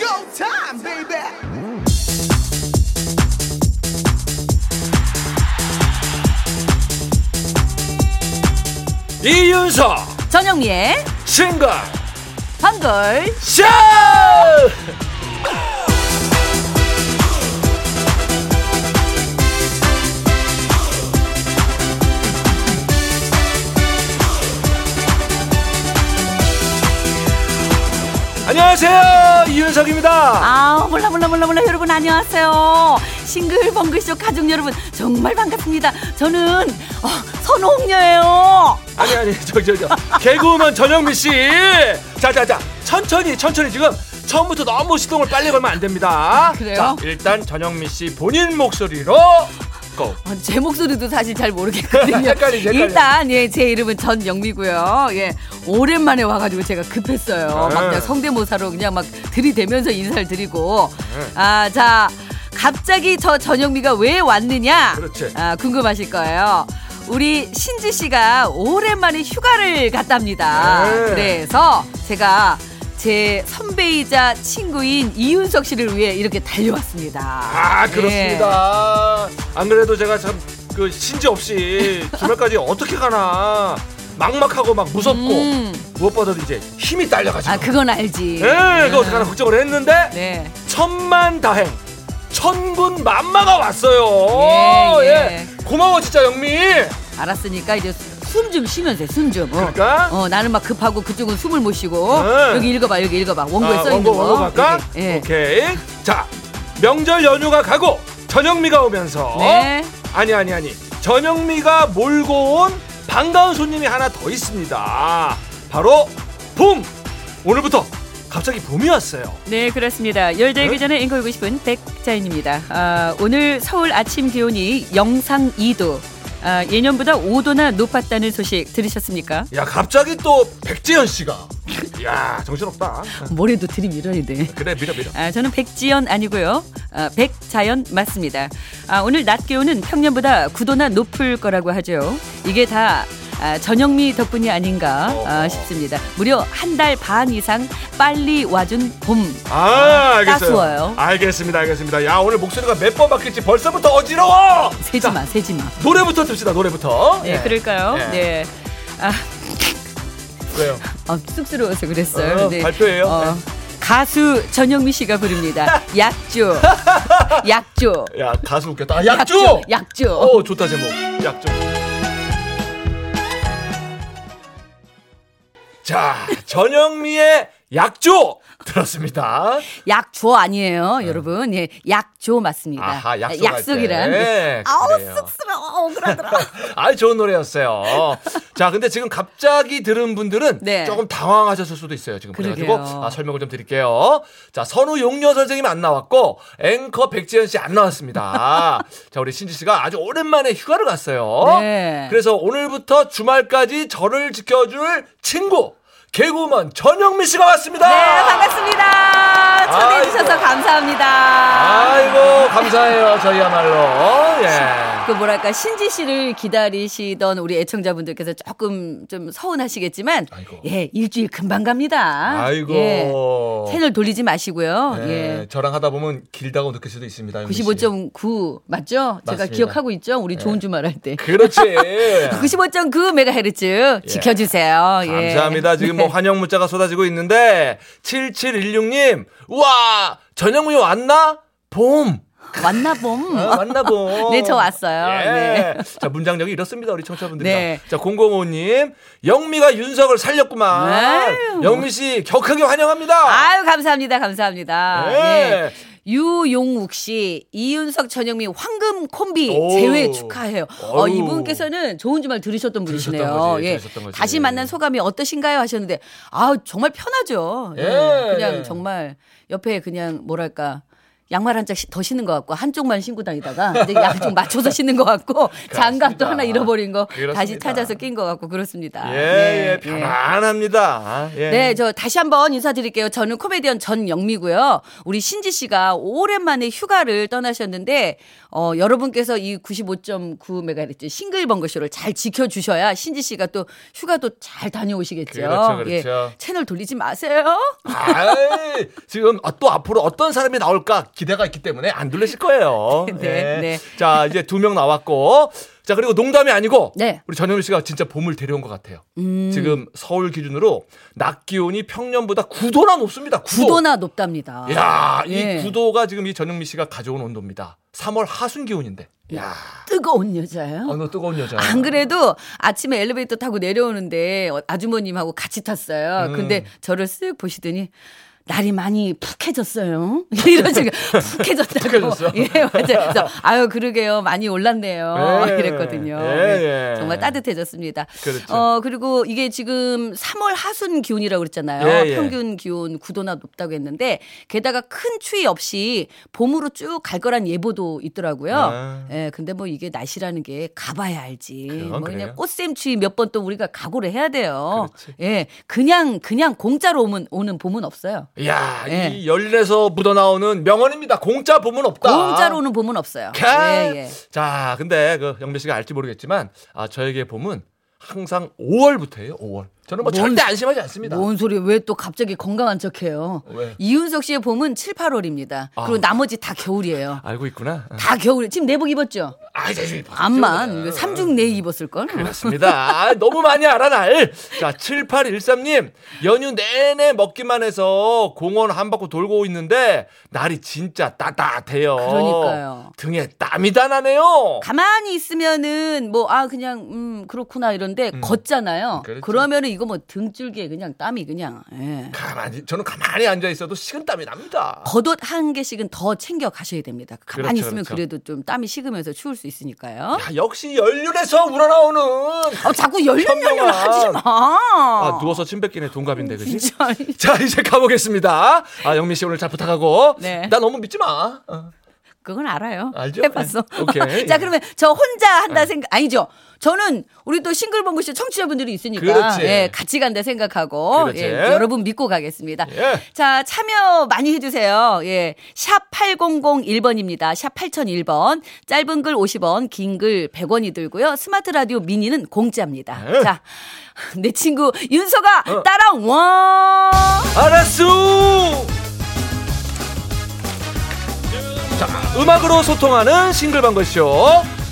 long time, baby. 이윤석 전영미의 싱글 한걸 쇼 안녕하세요 이윤석입니다 아 몰라 몰라 몰라 몰라 여러분 안녕하세요 싱글벙글쇼 가족 여러분 정말 반갑습니다 저는 어, 선홍녀예요 아니 아니 저저저 개그우먼 전영미 씨 자자자 천천히 천천히 지금 처음부터 너무 시동을 빨리 걸면 안 됩니다 그래요? 자 일단 전영미 씨 본인 목소리로 고 어, 제 목소리도 사실 잘 모르겠거든요 헷갈리지, 헷갈려. 일단 예 제 이름은 전영미고요 예 오랜만에 와가지고 제가 급했어요 네. 막 그냥 성대모사로 그냥 막 들이대면서 인사를 드리고 네. 아 자 갑자기 저 전영미가 왜 왔느냐 그렇지. 아, 궁금하실 거예요. 우리 신지 씨가 오랜만에 휴가를 갔답니다. 네. 그래서 제가 제 선배이자 친구인 이윤석 씨를 위해 이렇게 달려왔습니다. 예. 아 네. 그렇습니다. 안 그래도 제가 참 그 신지 없이 주말까지 어떻게 가나 막막하고 막 무섭고 음. 무엇보다도 이제 힘이 딸려가지고. 아, 그건 알지. 예, 그거 어떡하나 걱정을 했는데 네. 천만 다행. 천군 만마가 왔어요. 예, 예, 예. 고마워 진짜 영미. 알았으니까 이제 숨 좀 쉬면서 숨 좀. 어. 그러니까 어, 나는 막 급하고 그쪽은 숨을 못 쉬고. 네. 여기 읽어봐, 여기 읽어봐. 원고에 아, 써 있는 원고 거. 원고 갈까? 여기. 예. 오케이. 자 명절 연휴가 가고 전영미가 오면서 네. 아니 아니 아니 전영미가 몰고 온 반가운 손님이 하나 더 있습니다 바로 봄 오늘부터 갑자기 봄이 왔어요 네 그렇습니다. 열대기 전에 앵콜고 싶은 백자인입니다. 아, 오늘 서울 아침 기온이 영상 2도, 아, 예년보다 5도나 높았다는 소식 들으셨습니까? 야 갑자기 또 백지연 씨가 야 정신없다 아, 아, 뭐래도 드림 이러야 돼. 그래 밀어 밀어 아, 저는 백지연 아니고요. 아, 백자연 맞습니다. 아, 오늘 낮 기온은 평년보다 9도나 높을 거라고 하죠. 이게 다 아, 전영미 덕분이 아닌가 아, 어허. 싶습니다. 무려 한 달 반 이상 빨리 와준 봄. 아 알겠어요 따스워요. 알겠습니다 알겠습니다 야 오늘 목소리가 몇 번 바뀔지 벌써부터 어지러워 세지 마, 세지 마. 노래부터 듭시다 노래부터 네, 예. 그럴까요? 예. 네. 아, 왜요 아, 쑥스러워서 그랬어요. 어, 네. 발표예요 어, 가수 전영미 씨가 부릅니다. 약조. 약조. 야 가수 웃겼다 아, 약주 약조. 어 좋다 제목 약좀 자 전영미의 약조 들었습니다 약조 아니에요, 여러분. 예, 약조 맞습니다. 네. 아하 네. 약속 약속이란. 네. 어, 아우 쑥스러워 억울하더라 아이 좋은 노래였어요 자 근데 지금 갑자기 들은 분들은 네. 조금 당황하셨을 수도 있어요 지금 그래가지고 그러게요. 아, 설명을 좀 드릴게요 자 선우 용녀 선생님 안 나왔고 앵커 백지연 씨 안 나왔습니다 자 우리 신지 씨가 아주 오랜만에 휴가를 갔어요 네. 그래서 오늘부터 주말까지 저를 지켜줄 친구 개그우먼 전영미 씨가 왔습니다. 네, 반갑습니다. 초대해 주셔서 아이고. 감사합니다. 아이고 감사해요 저희야말로 예. 그 뭐랄까 신지 씨를 기다리시던 우리 애청자분들께서 조금 좀 서운하시겠지만 아이고. 예 일주일 금방 갑니다. 아이고 예, 채널 돌리지 마시고요. 예, 예. 저랑 하다 보면 길다고 느낄 수도 있습니다. 영미 씨. 95.9 맞죠? 제가 맞습니다. 네. 기억하고 있죠? 우리 좋은 주말 할 때. 그렇지. 예. 95.9 메가헤르츠 지켜 주세요. 예. 감사합니다. 지금 뭐 환영 문자가 쏟아지고 있는데 7716님 우와 전영미 왔나? 봄 왔나 봄. 아, 왔나 봄. 네, 저 왔어요. 예. 네. 자, 문장력이 이렇습니다. 우리 청취자분들이. 네. 자, 005님. 영미가 윤석을 살렸구만. 아유. 영미 씨 격하게 환영합니다. 아유, 감사합니다. 감사합니다. 네. 예. 유용욱 씨, 이윤석, 전영미 황금 콤비 오. 제외 축하해요. 어, 어우. 이분께서는 좋은 주말 들으셨던 분이시네요. 예. 들으셨던 거지, 들으셨던 거지. 다시 만난 소감이 어떠신가요? 하셨는데, 아 정말 편하죠. 예, 예, 그냥 예. 정말 옆에 그냥 뭐랄까. 양말 한 짝씩 더 신는 것 같고 한쪽만 신고 다니다가 이제 양쪽 맞춰서 신는 것 같고 장갑도 그렇습니다. 하나 잃어버린 거 다시 그렇습니다. 찾아서 낀 것 같고 그렇습니다. 예, 예, 편안합니다. 예. 아, 네, 저 다시 한번 인사드릴게요. 저는 코미디언 전영미고요. 우리 신지 씨가 오랜만에 휴가를 떠나셨는데 어, 여러분께서 이 95.9MHz 싱글 번거쇼를 잘 지켜주셔야 신지 씨가 또 휴가도 잘 다녀오시겠죠. 그렇죠, 그렇죠. 예, 채널 돌리지 마세요. 아이, 지금 또 앞으로 어떤 사람이 나올까 기대가 있기 때문에 안 돌리실 거예요. 네, 예. 네. 자, 이제 두 명 나왔고. 자, 그리고 농담이 아니고 네. 음. 우리 전현우 씨가 진짜 봄을 데려온 것 같아요. 지금 서울 기준으로 낮 기온이 평년보다 9도나 높습니다. 9도. 구도나 높답니다. 야, 예. 이 구도가 지금 이 전영미 씨가 가져온 온도입니다. 3월 하순 기온인데. 야, 뜨거운 여자예요. 어느 뜨거운 여자. 안 그래도 아침에 엘리베이터 타고 내려오는데 아주머님하고 같이 탔어요. 음. 근데 저를 쓱 보시더니 날이 많이 푹해졌어요. 이러시고 푹해졌다고. 푹해졌어요? 예, 맞아요. 그래서 아유 그러게요. 많이 올랐네요. 예. 이랬거든요. 네. 예, 예. 정말 따뜻해졌습니다. 그렇죠. 어 그리고 이게 지금 3월 하순 기온이라고 그랬잖아요. 예, 예. 평균 기온 9도나 높다고 했는데 게다가 큰 추위 없이 봄으로 쭉 갈 거란 예보도 있더라고요. 아. 예, 근데 뭐 이게 날씨라는 게 가봐야 알지. 그건 뭐 그냥 그래요. 꽃샘추위 몇 번 또 우리가 각오를 해야 돼요. 그렇지. 예, 그냥 그냥 공짜로 오면 오는 봄은 없어요. 야, 예. 이 열린에서 묻어나오는 명언입니다. 공짜 봄은 없다. 공짜로 오는 봄은 없어요. 캬. 예, 예. 자, 근데 그 영배 씨가 알지 모르겠지만 아, 저에게 봄은 항상 5월부터예요. 5월. 저는 뭐 뭔- 절대 안심하지 않습니다. 뭔 소리 왜 또 갑자기 건강한 척해요? 왜? 이윤석 씨의 봄은 7, 8월입니다. 그리고 아. 나머지 다 겨울이에요. 알고 있구나. 어. 다 겨울. 지금 내복 입었죠? 아, 이제 이제 암만 이거 삼중 내 입었을 걸. 그렇습니다. 아, 너무 많이 알아 날. 자, 7813님 연휴 내내 먹기만 해서 공원 한 바퀴 돌고 있는데 날이 진짜 따뜻해요. 그러니까요. 등에 땀이 다 나네요. 가만히 있으면은 뭐 아 그냥 음 그렇구나 이런데 걷잖아요. 그렇죠. 그러면은 이거 뭐 등줄기에 그냥 땀이 그냥 예. 가만히 저는 가만히 앉아 있어도 식은땀이 납니다. 겉옷 한 개씩은 더 챙겨 가셔야 됩니다. 가만히 그렇죠, 있으면 그렇죠. 그래도좀 땀이 식으면서 추울 수 있으니까요. 야, 역시 연륜에서 우러나오는 아, 자꾸 열륜열륜 현명한. 하지 마. 아, 누워서 침 뱉기네 동갑인데 그지? 어. 진짜. 자 이제 가보겠습니다. 아 영민 씨 오늘 잘 부탁하고. 네. 나 너무 믿지 마. 어. 그건 알아요. 알죠? 해봤어. 네, 오케이. 예. 자, 그러면 저 혼자 한다 생각, 아니죠. 저는 우리 또 싱글벙글쇼 청취자분들이 있으니까. 그렇지. 예, 같이 간다 생각하고. 그렇지. 예, 여러분 믿고 가겠습니다. 예. 자, 참여 많이 해주세요. 예. 샵 8001번입니다. 샵 8001번. 짧은 글 50원, 긴 글 100원이 들고요. 스마트 라디오 미니는 공짜입니다. 예. 어. 자, 내 친구 윤서가 따라와! 알았어. 자 음악으로 소통하는 싱글벙글쇼.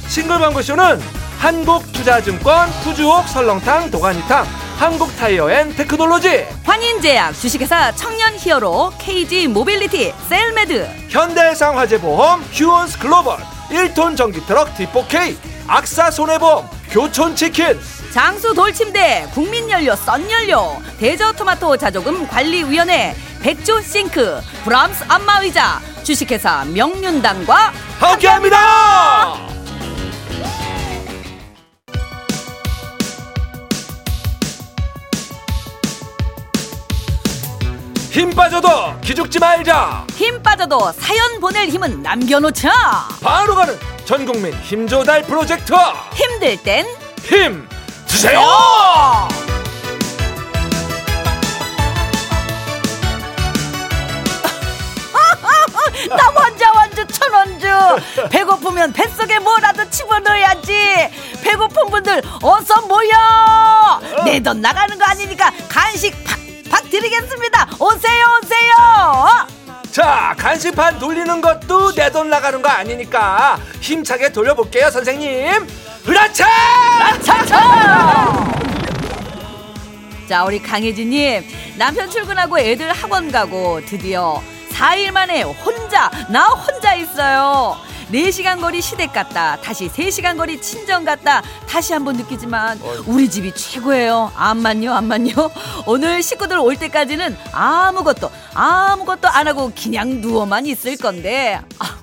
싱글벙글쇼는 한국투자증권 푸주옥 설렁탕 도가니탕 한국타이어앤테크놀로지 환인제약, 주식회사 청년 히어로, KG 모빌리티, 셀메드, 현대해상 화재보험 휴원스 글로벌 1톤 전기트럭 D4K 악사 손해보험 교촌치킨 장수 돌침대, 국민연료, 썬연료, 대저토마토 자조금 관리위원회, 백조 싱크, 브람스 안마의자, 주식회사 명륜당과 함께합니다. 힘 빠져도 기죽지 말자. 힘 빠져도 사연 보낼 힘은 남겨놓자. 바로 가는 전국민 힘조달 프로젝트 힘들 땐 힘 주세요. 나 먼저 완주 천원주 배고프면 뱃속에 뭐라도 집어넣어야지 배고픈 분들 어서 모여 내 돈 나가는 거 아니니까 간식 팍, 팍 드리겠습니다 오세요 오세요 자 간식판 돌리는 것도 내 돈 나가는 거 아니니까 힘차게 돌려볼게요 선생님. 으라차! 차차 자 우리 강혜진님 남편 출근하고 애들 학원 가고 드디어 4일 만에 혼자 나 혼자 있어요 4시간 거리 시댁 갔다 다시 3시간 거리 친정 갔다 다시 한번 느끼지만 우리 집이 최고예요 암만요 암만요 오늘 식구들 올 때까지는 아무것도 아무것도 안 하고 그냥 누워만 있을 건데 아,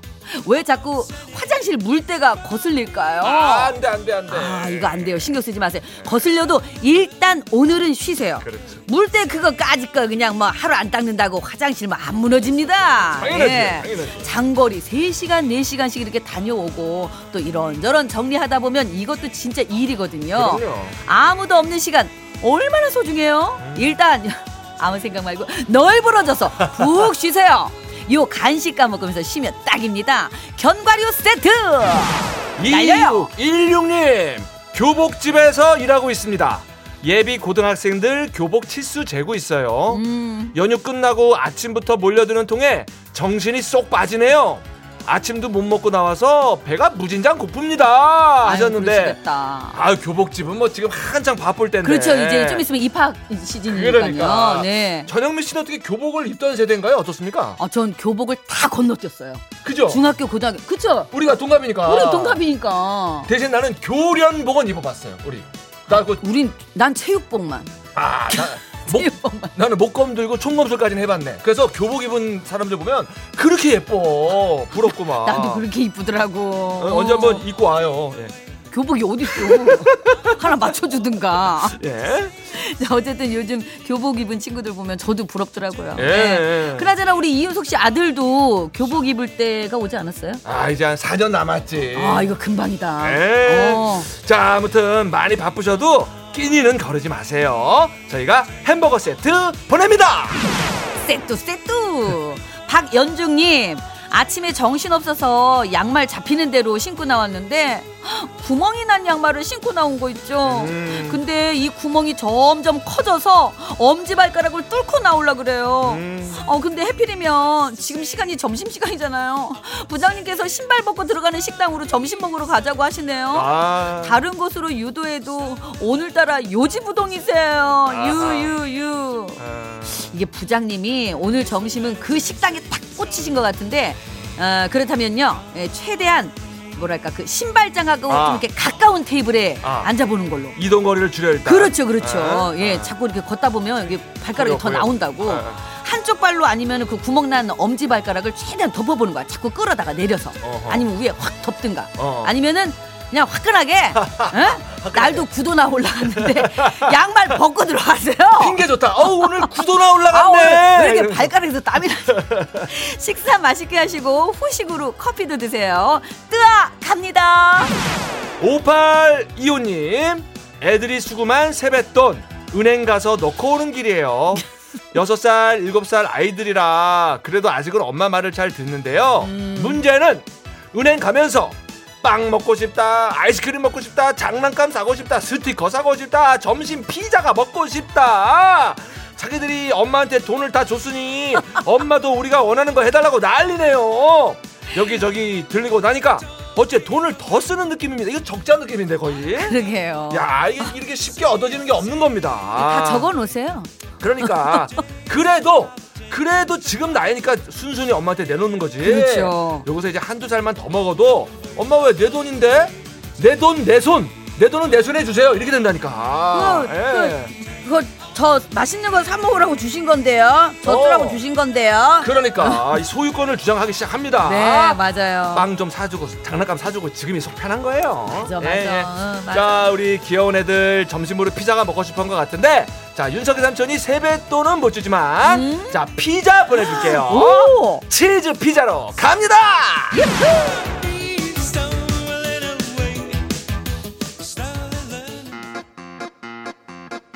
왜 자꾸 화장실 화장실 물때가 거슬릴까요? 아, 안 돼, 안 돼, 안 돼. 아, 이거 안 돼요. 신경 쓰지 마세요. 거슬려도 일단 오늘은 쉬세요. 그렇죠. 물때 그거까지 거 그냥 뭐 하루 안 닦는다고 화장실 뭐 안 무너집니다. 당연하죠, 예. 당연하죠. 장거리 세시간네시간씩 이렇게 다녀오고 또 이런저런 정리하다 보면 이것도 진짜 일이거든요. 그럼요. 음. 아무도 없는 시간 얼마나 소중해요? 일단 아무 생각 말고 널브러져서 푹 쉬세요. 요 간식 까먹으면서 쉬면 딱입니다. 견과류 세트. 날려요. 1616님 교복집에서 일하고 있습니다. 예비 고등학생들 교복 치수 재고 있어요. 음. 연휴 끝나고 아침부터 몰려드는 통에 정신이 쏙 빠지네요. 아침도 못 먹고 나와서 배가 무진장 고픕니다 아유, 하셨는데 그러시겠다. 아 교복집은 뭐 지금 한창 바쁠 때인데 그렇죠. 이제 좀 있으면 입학 시즌이니까요. 그러니까. 네. 전영미 씨는 어떻게 교복을 입던 세대인가요? 어떻습니까? 아, 전 교복을 다 건너뛰었어요. 그죠? 중학교, 고등학교. 그쵸? 우리가 동갑이니까. 우리 동갑이니까. 대신 나는 교련복은 입어봤어요. 우리 나그 우린 난 체육복만. 아, 나, 목, 체육복만. 나는 목검 들고 총검술까지는 해봤네. 그래서 교복 입은 사람들 보면 그렇게 예뻐. 부럽구만. 나도 그렇게 이쁘더라고. 아. 어, 언제 한번 입고 와요. 예. 교복이 어딨어? 하나 맞춰주든가. 예. 자, 어쨌든 요즘 교복 입은 친구들 보면 저도 부럽더라고요. 예. 네. 그나저나 우리 이윤석 씨 아들도 교복 입을 때가 오지 않았어요? 아, 이제 한 4년 남았지. 아, 이거 금방이다. 예. 어. 자, 아무튼 많이 바쁘셔도 끼니는 거르지 마세요. 저희가 햄버거 세트 보냅니다. 세뚜 세뚜 박연중님 아침에 정신없어서 양말 잡히는 대로 신고 나왔는데 헉, 구멍이 난 양말을 신고 나온 거 있죠 음. 근데 이 구멍이 점점 커져서 엄지발가락을 뚫고 나오려 그래요 음. 어 근데 해필이면 지금 시간이 점심시간이잖아요 부장님께서 신발 벗고 들어가는 식당으로 점심 먹으러 가자고 하시네요 아. 어? 다른 곳으로 유도해도 오늘따라 요지부동이세요 유유유 아. 이게 부장님이 오늘 점심은 그 식당에 딱 꽂히신 것 같은데 어, 그렇다면요 예, 최대한 뭐랄까 그 신발장하고 아. 좀 이렇게 가까운 테이블에 아. 앉아보는 걸로. 이동 거리를 줄여 일단. 그렇죠, 그렇죠. 아. 예, 아. 자꾸 이렇게 걷다 보면 이게 발가락이 보여, 더 보여. 나온다고. 아, 아. 한쪽 발로 아니면 그 구멍 난 엄지 발가락을 최대한 덮어보는 거야. 자꾸 끌어다가 내려서. 어허. 아니면 위에 확 덮든가. 어. 아니면은 그냥 화끈하게. 응? 날도 구도나 올라갔는데 양말 벗고 들어가세요. 핑계 좋다. 어우, 오늘 구도나 아, 올라갔네. 오늘 왜 이렇게 이러면서. 발가락에서 땀이 나죠? 식사 맛있게 하시고 후식으로 커피도 드세요. 뜨아 갑니다. 5825님 애들이 수금한 세뱃돈 은행 가서 넣고 오는 길이에요 여섯 살 일곱 살 아이들이라 그래도 아직은 엄마 말을 잘 듣는데요 문제는 은행 가면서 빵 먹고 싶다 아이스크림 먹고 싶다 장난감 사고 싶다 스티커 사고 싶다 점심 피자가 먹고 싶다 자기들이 엄마한테 돈을 다 줬으니 엄마도 우리가 원하는 거 해달라고 난리네요 여기저기 들리고 나니까 어째 돈을 더 쓰는 느낌입니다. 이거 적자 느낌인데 거의. 그러게요. 야 이게 이렇게 쉽게 얻어지는 게 없는 겁니다. 아, 다 적어 놓으세요. 그러니까 그래도 그래도 지금 나이니까 순순히 엄마한테 내놓는 거지. 그렇죠. 여기서 이제 한두 살만 더 먹어도 엄마 왜 내 돈인데 내 돈 내 손. 내 돈은 내 손에 주세요. 이렇게 된다니까. 그, 예. 그거 저 맛있는 거 사 먹으라고 주신 건데요. 저 쓰라고 어. 주신 건데요. 그러니까 이 소유권을 주장하기 시작합니다. 네, 맞아요. 빵 좀 사주고 장난감 사주고 지금이 속 편한 거예요. 맞아, 맞아. 응, 맞아. 자 우리 귀여운 애들 점심으로 피자가 먹고 싶은 것 같은데 자 윤석이 삼촌이 세뱃돈은 못 주지만 자 피자 어? 보내줄게요. 음? 오! 치즈 피자로 갑니다.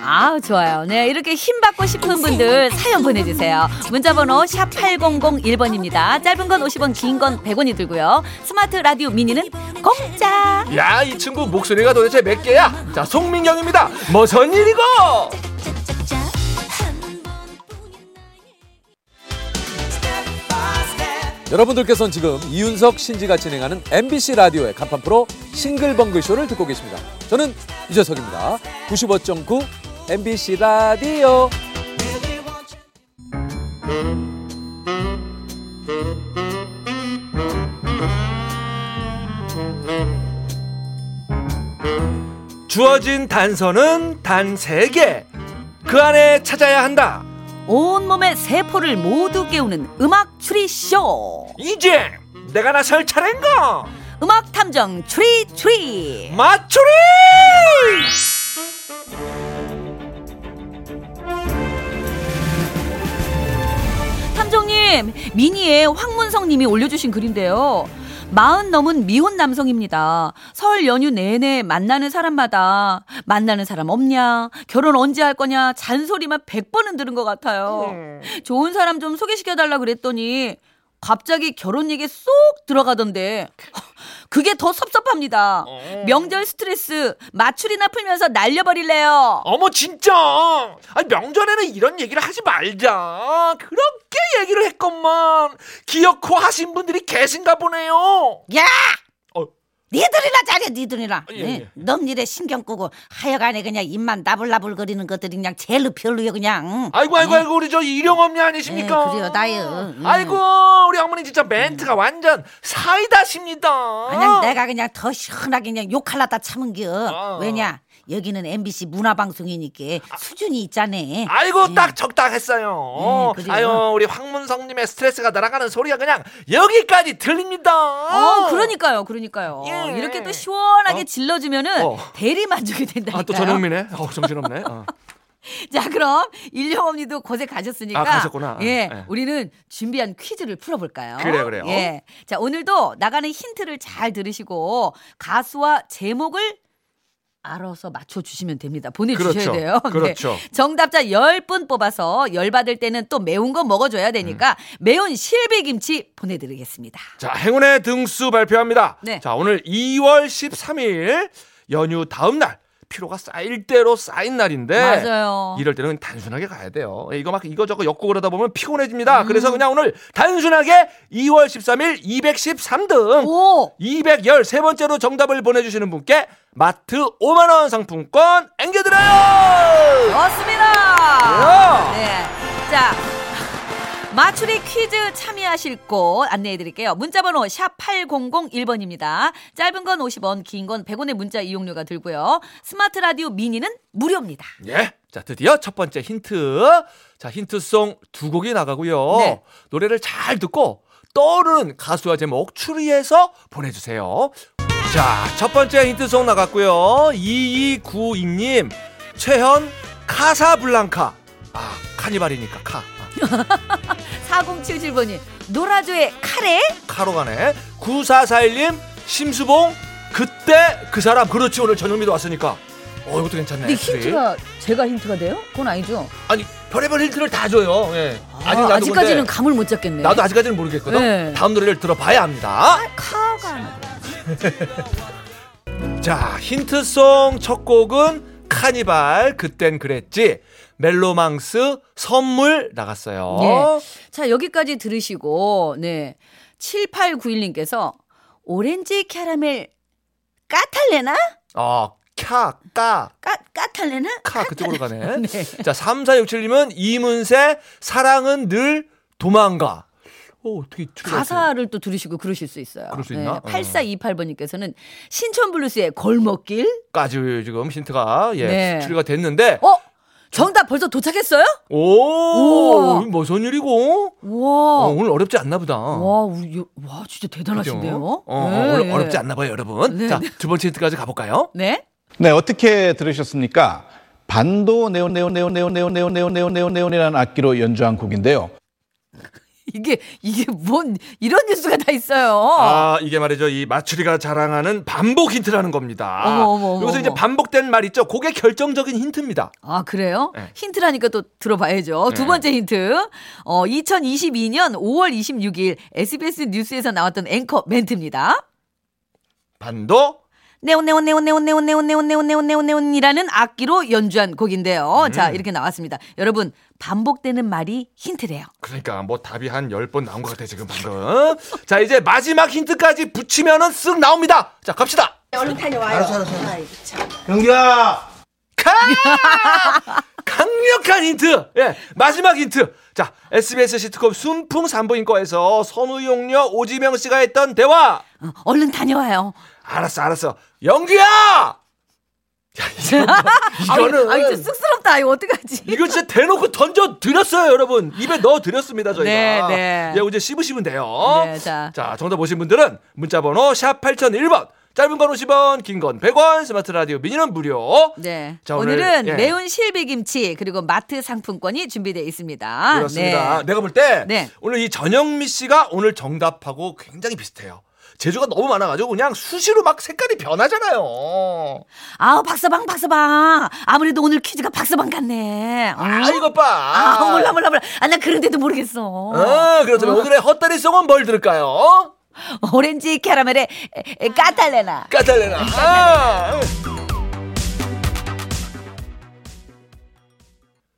아 좋아요. 네 이렇게 힘 받고 싶은 분들 사연 보내주세요. 문자번호 샵 #8001번입니다. 짧은 건 50원, 긴 건 100원이 들고요. 스마트 라디오 미니는 공짜. 야 이 친구 목소리가 도대체 몇 개야? 자 송민경입니다. 무슨 일이고? 여러분들께서는 지금 이윤석 신지가 진행하는 MBC 라디오의 간판 프로 싱글벙글 쇼를 듣고 계십니다. 저는 유재석입니다. 95.9 MBC 라디오. 주어진 단서는 단 세 개. 그 안에 찾아야 한다. 온 몸의 세포를 모두 깨우는 음악 추리 쇼. 이제 내가 나설 차례인가? 음악 탐정 추리 추리. 맞추리! 탐정님, 미니에 황문성 님이 올려주신 글인데요. 마흔 넘은 미혼 남성입니다. 설 연휴 내내 만나는 사람마다 만나는 사람 없냐, 결혼 언제 할 거냐 잔소리만 100번은 들은 것 같아요. 좋은 사람 좀 소개시켜달라 그랬더니 갑자기 결혼 얘기 쏙 들어가던데 그게 더 섭섭합니다. 명절 스트레스 마출이나 풀면서 날려버릴래요. 어머 진짜 아니 명절에는 이런 얘기를 하지 말자 그렇게 얘기를 했건만 기어코 하신 분들이 계신가 보네요 야! 어. 니들이나 잘해 니들이나 네. 예, 예. 넌 일에 신경 끄고 하여간에 그냥 입만 나불나불 거리는 것들이 그냥 제일로 별로여 그냥 아이고 아이고 아이고 우리 저 일용엄니 아니십니까 예, 그래요, 나요. 음. 아이고 우리 어머니 진짜 멘트가 완전 사이다십니다 그냥 내가 그냥 더 시원하게 그냥 욕할라다 참은겨 아. 왜냐 여기는 MBC 문화방송이니까 수준이 있잖아 아이고 딱 적당했어요 예, 그래요. 아유 우리 황문성님의 스트레스가 날아가는 소리가 그냥 여기까지 들립니다 어, 그러니까요, 그러니까요. 예. 이렇게 또 시원하게 어? 질러주면은 어. 대리 만족이 된다니까요. 아 또 전영민의 어, 정신없네 어. 자, 그럼 일령 언니도 고생 가셨으니까. 아, 가셨구나. 예, 예. 우리는 준비한 퀴즈를 풀어볼까요? 그래요, 그래요. 예, 자 오늘도 나가는 힌트를 잘 들으시고 가수와 제목을 알아서 맞춰주시면 됩니다. 보내주셔야 그렇죠. 돼요. 네. 그렇죠. 정답자 10분 뽑아서 열받을 때는 또 매운 거 먹어줘야 되니까 음. 매운 실비김치 보내드리겠습니다. 자, 행운의 등수 발표합니다. 네. 자, 오늘 2월 13일 연휴 다음 날 피로가 쌓일 대로 쌓인 날인데 맞아요. 이럴 때는 그냥 단순하게 가야 돼요. 예, 이거 막 이거저거 엮고 그러다 보면 피곤해집니다. 음. 그래서 그냥 오늘 단순하게 2월 13일 213등 오! 213번째로 정답을 보내주시는 분께 마트 5만 원 상품권 앵겨드려요. 예! 좋습니다. 야! 네. 자. 마추리 퀴즈 참여하실 곳 안내해 드릴게요. 문자 번호 샵 8001번입니다. 짧은 건 50원, 긴 건 100원의 문자 이용료가 들고요. 스마트 라디오 미니는 무료입니다. 예. 자, 드디어 첫 번째 힌트. 자, 힌트송 두 곡이 나가고요. 네. 노래를 잘 듣고 떠오르는 가수와 제목 추리해서 보내주세요. 자, 첫 번째 힌트송 나갔고요. 2292님, 최현, 카사블랑카. 아, 카니발이니까 카. 아, 4077번이 노라조의 카레? 카로 가네. 9441님, 심수봉, 그때 그 사람. 그렇지, 오늘 전영미도 왔으니까. 어, 이것도 괜찮네. 추리. 제가 힌트가 돼요? 그건 아니죠. 아니, 별의별 힌트를 다 줘요. 예. 아직 나도 근데- 감을 못 잡겠네. 나도 아직까지는 모르겠거든. 네. 다음 노래를 들어봐야 합니다. 카가 자, 힌트송 첫 곡은 카니발 그땐 그랬지. 멜로망스 선물 나갔어요. 예. 자, 여기까지 들으시고, 네. 7891님께서 오렌지 캐러멜 까탈레나? 어, 캬, 까, 까, 까탈레나? 카 그쪽으로 가네. 자, 3467님은 이문세 사랑은 늘 도망가. 어, 어떻게 추리할 수 있나? 가사를 또 들으시고 그러실 수 있어요. 네, 그럴 수 있나? 어. 8428번님께서는 신촌블루스의 골목길? 까지 지금 힌트가 예, 네. 추리가 됐는데 어? 정답 벌써 도착했어요? 오, 우와. 무슨 일이고? 어, 우와. 오늘 어렵지 않나 보다. 와, 우리, 와, 진짜 대단하신데요? 어, 어, 네. 어렵- 어렵지 않나 봐요, 여러분. 네. 자, 두 번째 힌트까지 가볼까요? 네? 네, 어떻게 들으셨습니까? 반도 네온 네온 네온 네온 네온 네온 네온 네온 네온 네온이라는 악기로 연주한 곡인데요. 이게, 이게 뭔, 이런 뉴스가 다 있어요. 아, 이게 말이죠. 이 마추리가 자랑하는 반복 힌트라는 겁니다. 어머, 어머, 어머, 여기서 이제 어머. 반복된 말 있죠. 그게 결정적인 힌트입니다. 아, 그래요? 네. 힌트라니까 또 들어봐야죠. 두 네. 번째 힌트. 어, 2022년 5월 26일 SBS 뉴스에서 나왔던 앵커 멘트입니다. 반도. 네온 네온 네온 네온 네온 네온 네온 네온 네온 네온 네온이라는 악기로 연주한 곡인데요. 음. 자, 이렇게 나왔습니다. 여러분, 반복되는 말이 힌트래요. 그러니까 뭐 답이 한 10번 나온 것 같아, 지금 방금. 자, 이제 마지막 힌트까지 붙이면은 쓱 나옵니다. 자, 갑시다. 경기야 카! 강력한 힌트! 예, 마지막 힌트! 자, SBS 시트콤 순풍 산부인과에서 선우용녀 오지명 씨가 했던 대화! 어, 얼른 다녀와요. 알았어, 알았어. 영규야! 야, 뭐, 이거는, 아유, 아유, 진짜 쑥스럽다. 이거 어떡하지? 이거 진짜 대놓고 던져 드렸어요, 여러분. 입에 넣어 드렸습니다, 저희가. 네, 네. 예, 이제 씹으시면 돼요. 네, 자. 정답 보신 분들은 문자 번호 샵 8001번. 짧은 건 50원, 긴 건 100원, 스마트 라디오 미니는 무료. 네. 자, 오늘, 오늘, 은 예. 매운 실비김치 그리고 마트 상품권이 준비되어 있습니다. 그렇습니다. 네. 내가 볼 때 네. 오늘 이 전영미 씨가 오늘 정답하고 굉장히 비슷해요. 재주가 너무 많아가지고 그냥 수시로 막 색깔이 변하잖아요. 아우 박서방 박서방 아무래도 오늘 퀴즈가 박서방 같네 어? 아 이것 봐. 아 몰라 몰라 몰라 아, 나 그런데도 모르겠어 어, 그렇다면 오늘의 헛다리송은 뭘 들을까요? 오렌지 캐러멜의 에, 에, 까탈레나 까탈레나. 아.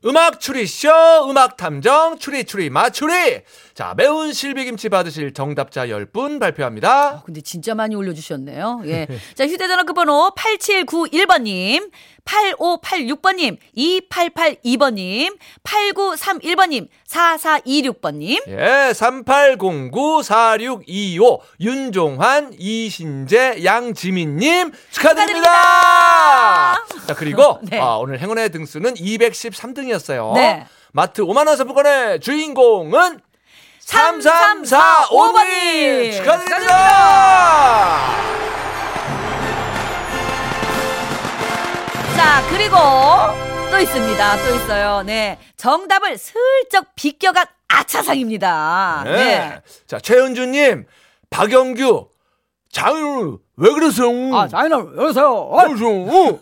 음악 추리쇼, 음악 탐정, 추리 추리 마추리. 자, 매운 실비김치 받으실 정답자 10분 발표합니다. 아, 근데 진짜 많이 올려주셨네요. 예. 자, 휴대전화 끝번호 8791번님, 8586번님, 2882번님, 8931번님, 4426번님. 예, 3809-4625, 윤종환, 이신재, 양지민님 축하드립니다! 자, 그리고 네. 아, 오늘 행운의 등수는 213등이었어요. 네. 마트 5만원 상품권의 주인공은 3345 3345번님! 번님. 축하드립니다! 자, 그리고 또 있습니다. 또 있어요. 네. 정답을 슬쩍 비껴간 아차상입니다. 네. 자, 최은주님, 박영규, 장윤우, 왜 그러세요? 아, 자연을 여보세요. 아, 좀.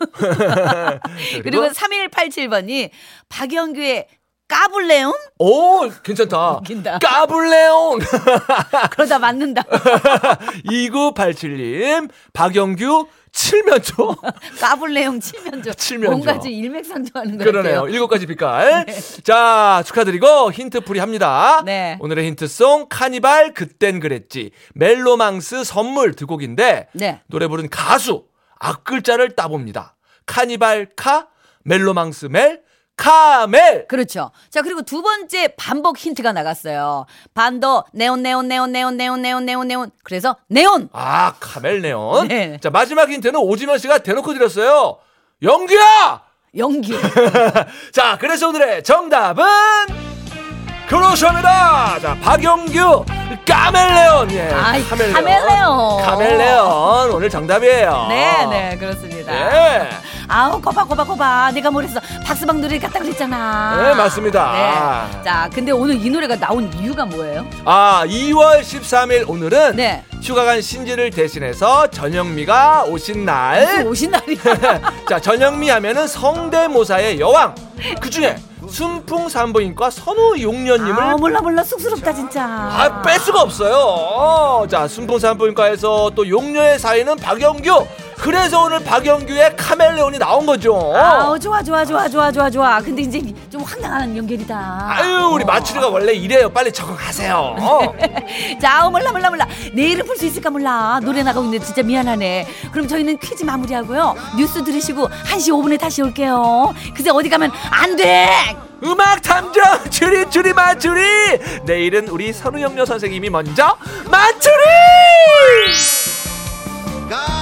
그리고 3187번이 박영규의 까불레움? 오, 괜찮다. 웃긴다. 까불레온. 그러다 맞는다. 2987님, 박영규, 칠면조. 까불레움 칠면조. 칠면조. 뭔가 좀 일맥상통하는 거 그러네요. 같아요. 일곱 가지 빛깔. 자, 축하드리고 힌트풀이 합니다. 네. 오늘의 힌트송 카니발 그땐 그랬지. 멜로망스 선물 두 곡인데 네. 노래 부른 가수 앞글자를 따봅니다. 카니발 카, 멜로망스 멜, 카멜. 그렇죠. 자, 그리고 두 번째 반복 힌트가 나갔어요. 반더 네온 네온 네온 네온 네온 네온 네온 네온. 그래서 네온. 아, 카멜네온. 네. 자, 마지막 힌트는 오지면 씨가 대놓고 드렸어요. 영규야! 연기. 자, 그래서 오늘의 정답은 그로셔입니다. 자, 박영규 까멜레온. 예. 아이, 카멜레온. 카멜레온. 오늘 정답이에요. 네, 네, 그렇습니다. 예. 아우 거봐 거봐 거봐 내가 뭐랬어 박서방 노래 같다 그랬잖아 네, 맞습니다. 네. 자, 근데 오늘 이 노래가 나온 이유가 뭐예요? 아, 2월 13일 오늘은 네. 휴가 간 신지를 대신해서 전영미가 오신 날. 무슨 오신 날이야. 자, 전영미 하면은 성대모사의 여왕. 그 중에 순풍산부인과 선우 용녀님을 아 몰라 몰라 쑥스럽다 진짜 아, 뺄 수가 없어요. 자, 순풍산부인과에서 또 용녀의 사이는 박영규. 그래서 오늘 박영규의 카멜레온이 나온 거죠. 아우 좋아 좋아 좋아 좋아 좋아 좋아 근데 이제 좀 황당한 연결이다 아유, 우리 마추리가 원래 이래요. 빨리 적응하세요. 어. 자 아우 몰라 몰라 몰라 내일은 풀 수 있을까 몰라 노래 나가고 있는데 진짜 미안하네 그럼 저희는 퀴즈 마무리하고요 뉴스 들으시고 1시 5분에 다시 올게요 그새 어디 가면 안돼 음악 탐정 추리 추리 마추리. 내일은 우리 선우 영녀 선생님이 먼저 마추리. God.